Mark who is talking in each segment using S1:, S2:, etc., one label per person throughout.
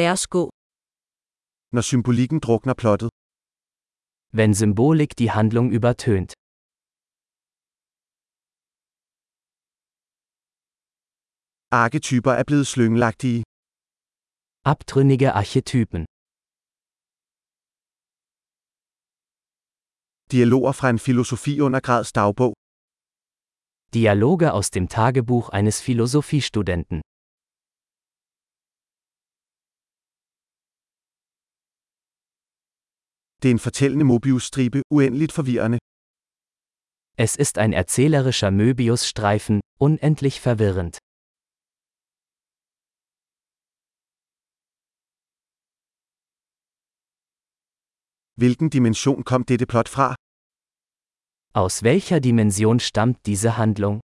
S1: Lad os gå.
S2: Når symbolikken drukner plottet,
S3: Wenn Symbolik die Handlung übertönt.
S2: arketyper er blevet slyngelagtige,
S3: Abtrünnige Archetypen.
S2: dialoger fra en filosofi under grads dagbog,
S3: Dialoge aus dem Tagebuch eines Philosophiestudenten.
S2: det er en fortællende Mobius-stribe, uendeligt forvirrende,
S3: Es ist ein erzählerischer Möbiusstreifen, unendlich verwirrend.
S2: hvilken dimension kom dette plot fra,
S3: Aus welcher Dimension stammt diese Handlung?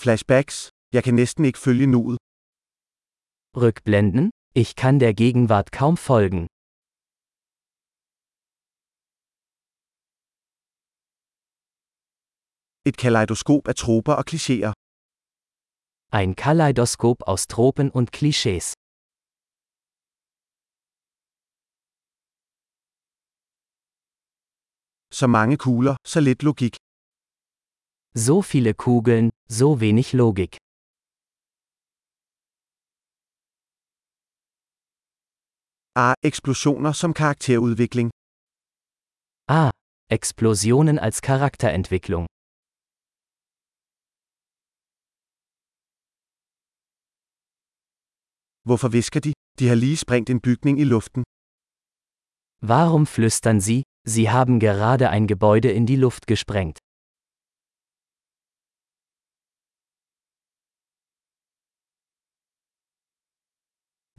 S2: flashbacks, jeg kan næsten ikke følge nuet,
S3: Rückblenden? Ich kann der Gegenwart kaum folgen.
S2: et kaleidoskop af troper og klichéer,
S3: Ein Kaleidoskop aus Tropen und Klischees.
S2: så mange kugler, så lidt logik,
S3: So viele Kugeln, so wenig Logik.
S2: ah, eksplosioner som karakterudvikling,
S3: Ah, Explosionen als Charakterentwicklung.
S2: hvorfor visker de, de har lige sprængt en bygning i luften,
S3: Warum flüstern Sie, Sie haben gerade ein Gebäude in die Luft gesprengt?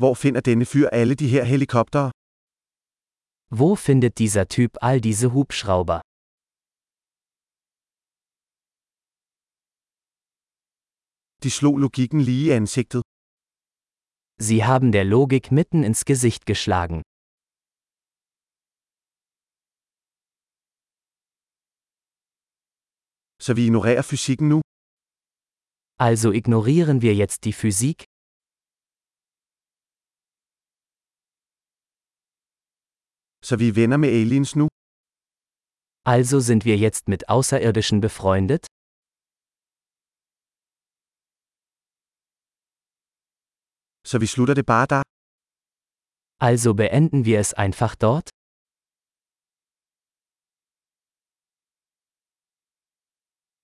S2: hvor finder denne fyr alle de her helikoptere,
S3: Wo findet dieser Typ all diese Hubschrauber?
S2: de slog logikken lige i ansigtet,
S3: Sie haben der Logik mitten ins Gesicht geschlagen.
S2: så vi ignorerer fysikken nu,
S3: Also ignorieren wir jetzt die Physik?
S2: så vi er venner med aliens nu,
S3: Also sind wir jetzt mit Außerirdischen befreundet?
S2: så vi slutter det bare der.
S3: Also beenden wir es einfach dort?